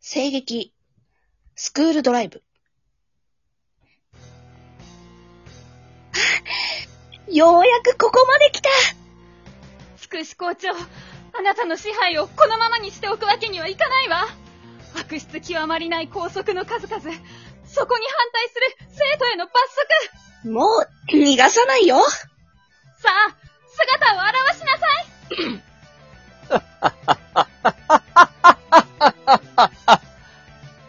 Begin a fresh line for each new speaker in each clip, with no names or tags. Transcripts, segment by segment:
声劇、スクールドライブ。 ようやくここまで来た
つくし校長、あなたの支配をこのままにしておくわけにはいかないわ。悪質極まりない校則の数々、そこに反対する生徒への罰則。
もう、逃がさないよ
さあ、姿を現しなさい。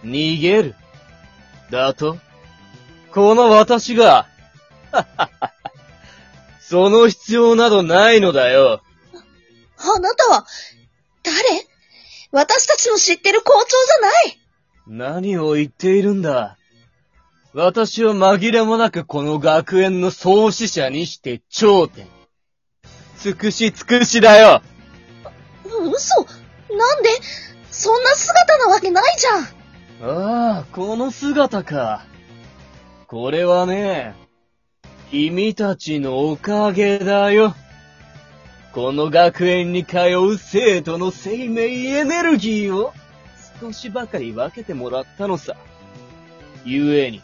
逃げる。だとこの私が、はは ははその必要などないのだよ。
あなたは、誰私たちの知ってる校長じゃない
何を言っているんだ。私は紛れもなくこの学園の創始者にして頂点。尽くし尽くしだよ。
嘘なんでそんな姿なわけないじゃん
ああ、この姿か。これはね、君たちのおかげだよ。この学園に通う生徒の生命エネルギーを少しばかり分けてもらったのさ。ゆえに、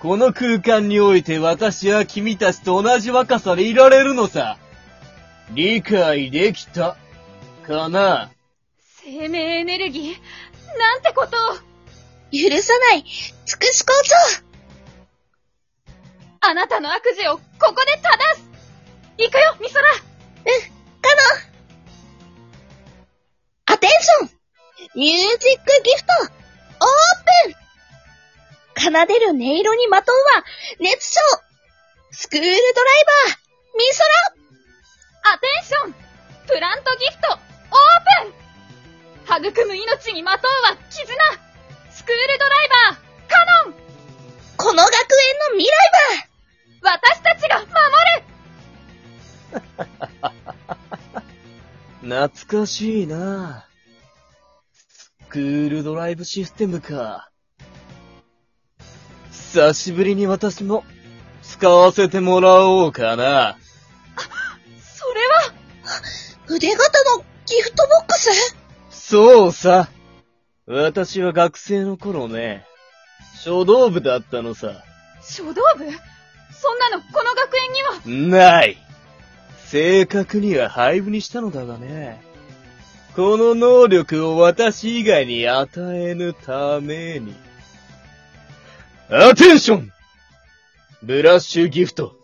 この空間において私は君たちと同じ若さでいられるのさ。理解できたかな
生命エネルギー、なんてことを。
許さないつくし校長
あなたの悪事をここで正す。行くよ、ミソラ。
かなアテンションミュージックギフトオープン奏でる音色にまとうは熱唱スクールドライバーミソラ
アテンションプラントギフトオープン育む命にまとうは絆スクールドライバーカノン
この学園の未来は
私たちが守る
懐かしいなスクールドライブシステムか。久しぶりに私も使わせてもらおうかな。
それは
腕型のギフトボックス
そうさ。私は学生の頃ね、書道部だったのさ。
書道部そんなのこの学園には
ない。正確には廃部にしたのだがね。この能力を私以外に与えぬために。アテンションブラッシュギフト。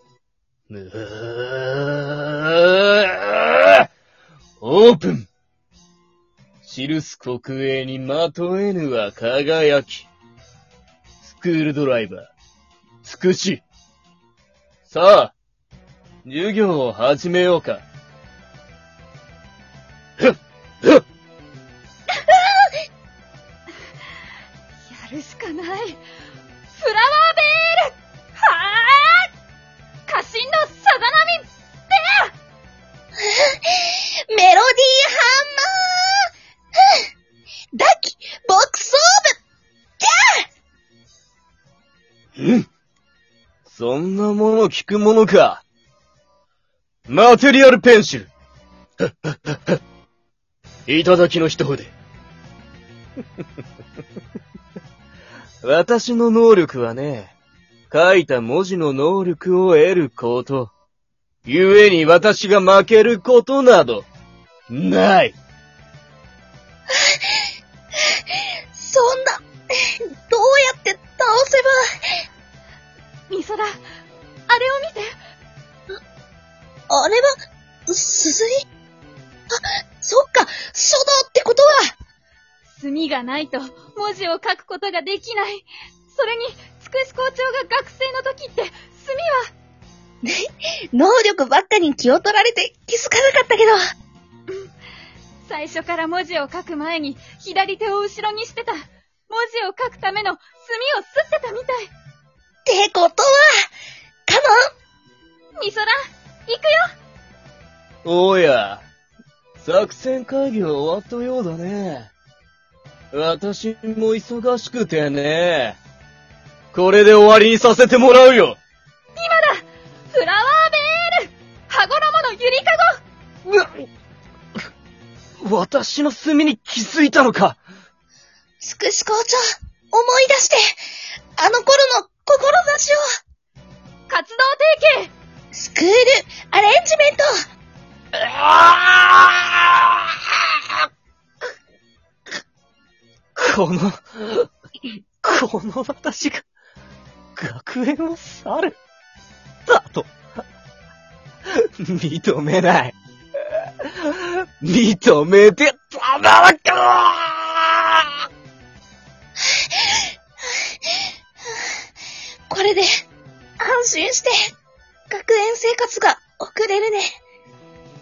うーオープン記す国営にまとえぬは輝き。スクールドライバー、つくし。さあ、授業を始めようか。ふっ、ふっ
やるしかないフラワーベールはー家臣のさざ波
メロディーハンマーダキボクソ
そんなもの聞くものか。マテリアルペンシル。はっはっはっは。いただきの一筆。 私の能力はね、書いた文字の能力を得ること。ゆえに私が負けることなど、ない。
ーブそんな、どうやって倒せば
ミソラあれを見て
あれは、すいあ、そっか、書道ってことは、
墨がないと文字を書くことができないそれにつくし校長が学生の時って墨は
能力ばっかに気を取られて気づかなかったけど、
最初から文字を書く前に左手を後ろにしてた文字を書くための墨を吸ってたみたい
ってことは、カノ
ミソラ行くよ
おや、作戦会議は終わったようだね。私も忙しくてね。これで終わりにさせてもらうよ
フラワーベール羽衣のゆりか
う
ご
っ私の墨に気づいたのか
すくし校長、思い出して、あの頃の志を、
活動提携
スクール、アレンジメント
この、この私が、学園を去る、だと、認めない。認めてたまらんか
これで、安心して、学園生活が送れるね。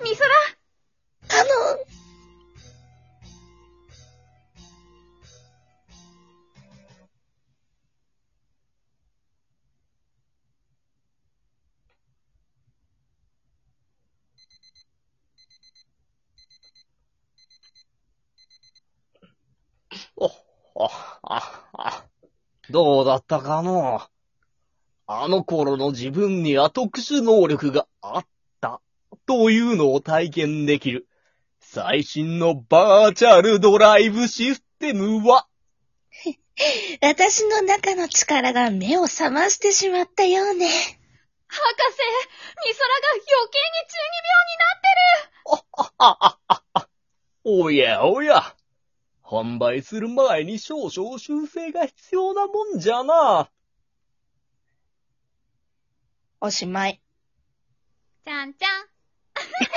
みそら
あの、
お、お、あ、あ、どうだったかのうあの頃の自分には特殊能力があった、というのを体験できる。最新のバーチャルドライブシステムは、
私の中の力が目を覚ましてしまったようね。
博士みそらが余計に中二病になって
おやおや。販売する前に少々修正が必要なもんじゃな。
おしまい。
じゃんじ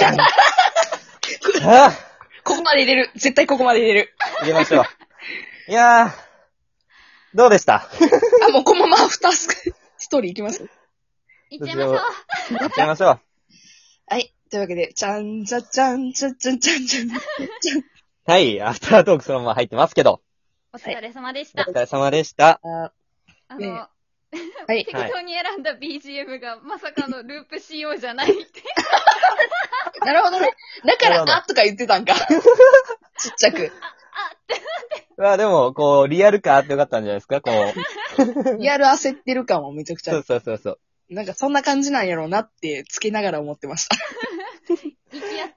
ゃん。
あ
ここまで入れる。絶対ここまで入 れる。
入れましょう。 いやー、どうでした
あ、もうこのままアフタースクストーリーいきます。
行っちゃいましょう。
やっちゃいましょう。
はい。というわけで、ちゃんじゃちゃんちゃちゃんちゃんちゃん。
はい、アフタートークそのまま入ってますけど、
お疲れ様でし
お
た。
疲れ様でした。
あ
あ
ねえ
の、
はい。
適当に選んだ BGM がまさかのループ仕様じゃないって。
なるほどね。だか
なる
ら
ほ、ど
あとか言って たんか。ちっちゃく。
まあでも、こう、リアル感あってよかったんじゃないですかこう。
リアル焦ってる感もめちゃくち
そう
ゃ。
そうそうそう。
なんかそんな感じなんやろうなって、つけながら思ってました。
行き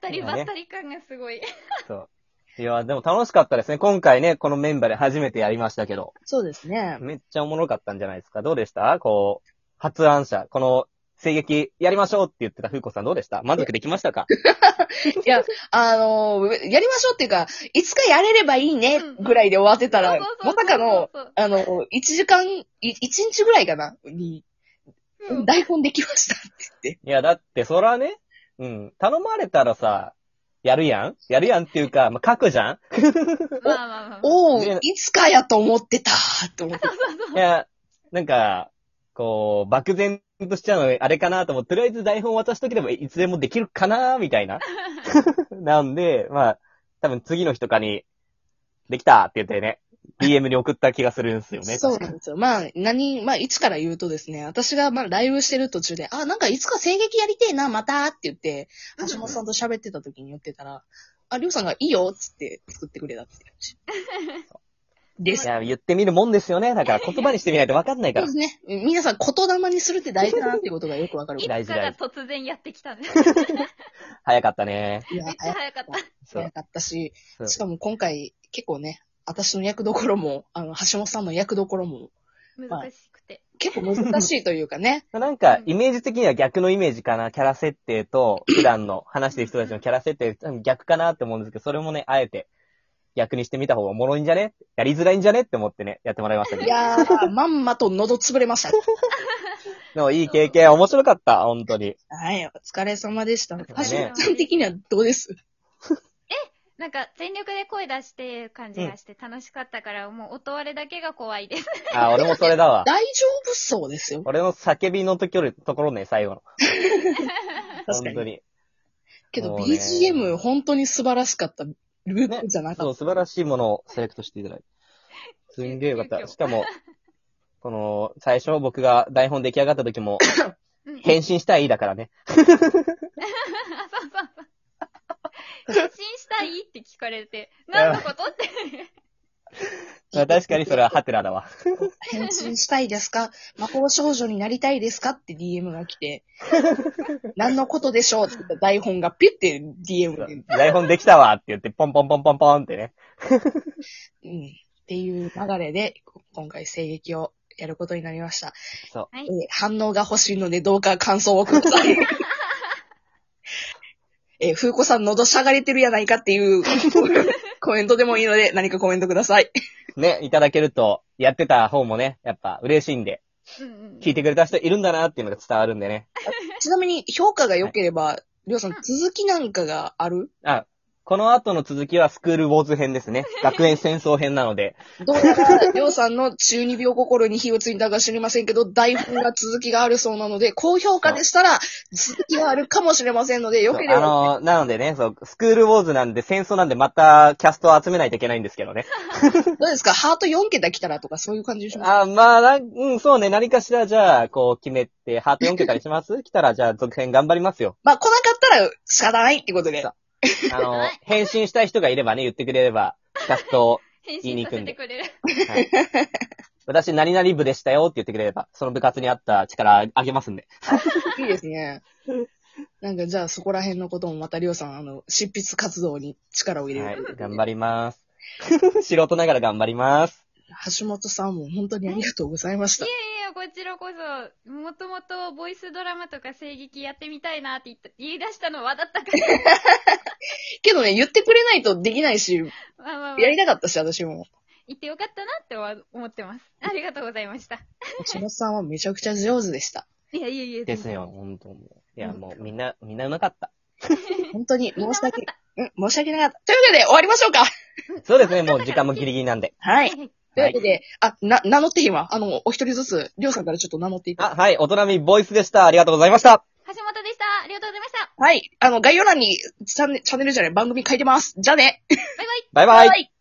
当たりばったり感がすごい。
そう。いや、でも楽しかったですね。今回ね、このメンバーで初めてやりましたけど、
そうですね。
めっちゃおもろかったんじゃないですかどうでしたこう、発案者、この、声劇やりましょうって言ってたふうこさんどうでした満足できましたか
いや、あのーやりましょうっていうか、いつかやれればいいね、ぐらいで終わってたら、
そうそうそう
まさかの、
そうそう
あのー、1時間、い1日ぐらいかな、に、
そううん
台本できましたって言って。
いや、だって、そらね、うん、頼まれたらさ、やるやんやるやんっていうか、まあ、書くじゃん
まあまあまあ。
お
ね
ー、いつかやと思ってたと思って。
いや、なんか、こう、漠然としちゃうの、あれかなと思って、とりあえず台本渡しとければ、いつでもできるかなみ たいな。なんで、まあ、多分次の日とかに、できたって言ってね、DM に送った気がするんですよね。
そうなんですよ。まあ、何、まあ、いつから言うとですね、私がまあ、ライブしてる途中で、あ、なんかいつか声劇やりてえな、またって言って、橋本さんと喋ってた時に言ってたら、あ、りょうさんがいいよっつって作ってくれたって感じ。で
い
す。
や、言ってみるもんですよね。だから言葉にしてみないと分かんないか
そう
ら
で。すね。皆さん言霊にするって大事だなってことがよくわかる。い
い
や、
大
つ
事
か
大
ら
事
突然やってきたね。
早かったね。
めっちゃ早かった。
そう
早。かったし
そ、う
しかも今回結構ね、私の役どころも、あの、橋本さんの役どころも、
難しくて。
結構難しいというか ね。
なんか、イメージ的には逆のイメージかな。キャラ設定と、普段の話してる人たちのキャラ設定、多分逆かなって思うんですけど、それもね、あえて、逆にしてみた方がおもろいんじゃねやりづらいんじゃねって思ってね、やってもらいま したけ
い
ど。
やー、まんまと喉潰れました。
でもいい経験、面白かった、本当に。
はい、お疲れ様でした。橋
れ
本
様
さん的にはどうです
なんか全力で声出してる感じがして楽しかったから、もう音割れだけが怖いです。
あ、俺もそれだわ。
大丈夫そうですよ。
俺の叫びのときより、ところね、最後の。
確か
本当
に。
に。
けど
そうね
BGM 本当に素晴らしかった。ループじゃなか
そ
っ
う、素晴らしいものをセレクトしていただいて。すんげえよかった。しかも、この、最初僕が台本出来上がった時も、
うん
変身したいだからね。
あそうそうそう。変身したいって聞かれて、何のこと って。
まあ確かにそれはハテナだわ。
た。変身したいですか魔法少女になりたいですかって DM が来て。何のことでしょうって言った台本がピュって DM で。
台本できたわって言って、ポンポンポンポンポンってね。
うん。っていう流れで、今回声撃をやることになりました。
そう。
はい
えー反応が欲しいので、どうか感想をください。えー、風子さん喉しゃがれてるやないかっていう コメントでもいいので、何かコメントください。
ね、いただけると、やってた方もね、やっぱ嬉しいんで、
うんうん
聞いてくれた人いるんだなっていうのが伝わるんでね。
ちなみに、評価が良ければ、りょうさん、続きなんかがある
あ、この後の続きはスクールウォーズ編ですね。学園戦争編なので、
どうやら、りょうさんの中二病心に火をついたか知りませんけど、台本が続きがあるそうなので、高評価でしたら、続きがあるかもしれませんので、良
そう
ければ、
あのーなのでね、そう、スクールウォーズなんで戦争なんでまたキャストを集めないといけないんですけどね。
どうですかハート4桁来たらとか、そういう感じでしょ
あ、まあなん、うん、そうね、何かしらじゃあ、こう決めて、ハート4桁にします 来たらじゃあ続編頑張りますよ。
まあ、来なかったら仕方ないってことで
そ。うあ のー、返信したい人がいればね、言ってくれれば、キャストを、
返
言い
信
に行く
させ
んで
てくれる。
はい。 私、何々部でしたよって言ってくれれば、その部活に合った力あげますんで。
いいですね。なんか、じゃあそこら辺のこともまたりょうさん、あの、執筆活動に力を入れる。
はい、頑張ります。 素人ながら頑張ります。
橋本さんも本当にありがとうございまし
い
た。
やいや、こちらこそ、もともとボイスドラマとか声劇やってみたいなって言った言い出したのはだった から。
けどね、言ってくれないとできないし、
まあまあまあ、
やり
言
たかったし、私も。
ってよかったなっては思ってます。ありがとうございました。
橋本さんはめちゃくちゃ上手でした。
いやいやいや。
ですよ、ほんともう。いや、もうみんな、みんなうまかった。
本当に申し訳、うん、申し訳なかった。というわけで終わりましょうか。
そうですね、もう時間もギリギリな んで。
は。
はいい。
というわけで、あ、な、名乗って今、あの、お一人ずつ、りょうさんからちょっと名乗っていただいて
あ、はい、大人みボイスでした。ありがとうございました。
橋本でした。ありがとうございました。
はい。あの、概要欄に、チャンネルチャンネルじゃない、番組書いてます。じゃあね。
バイバイ。
はい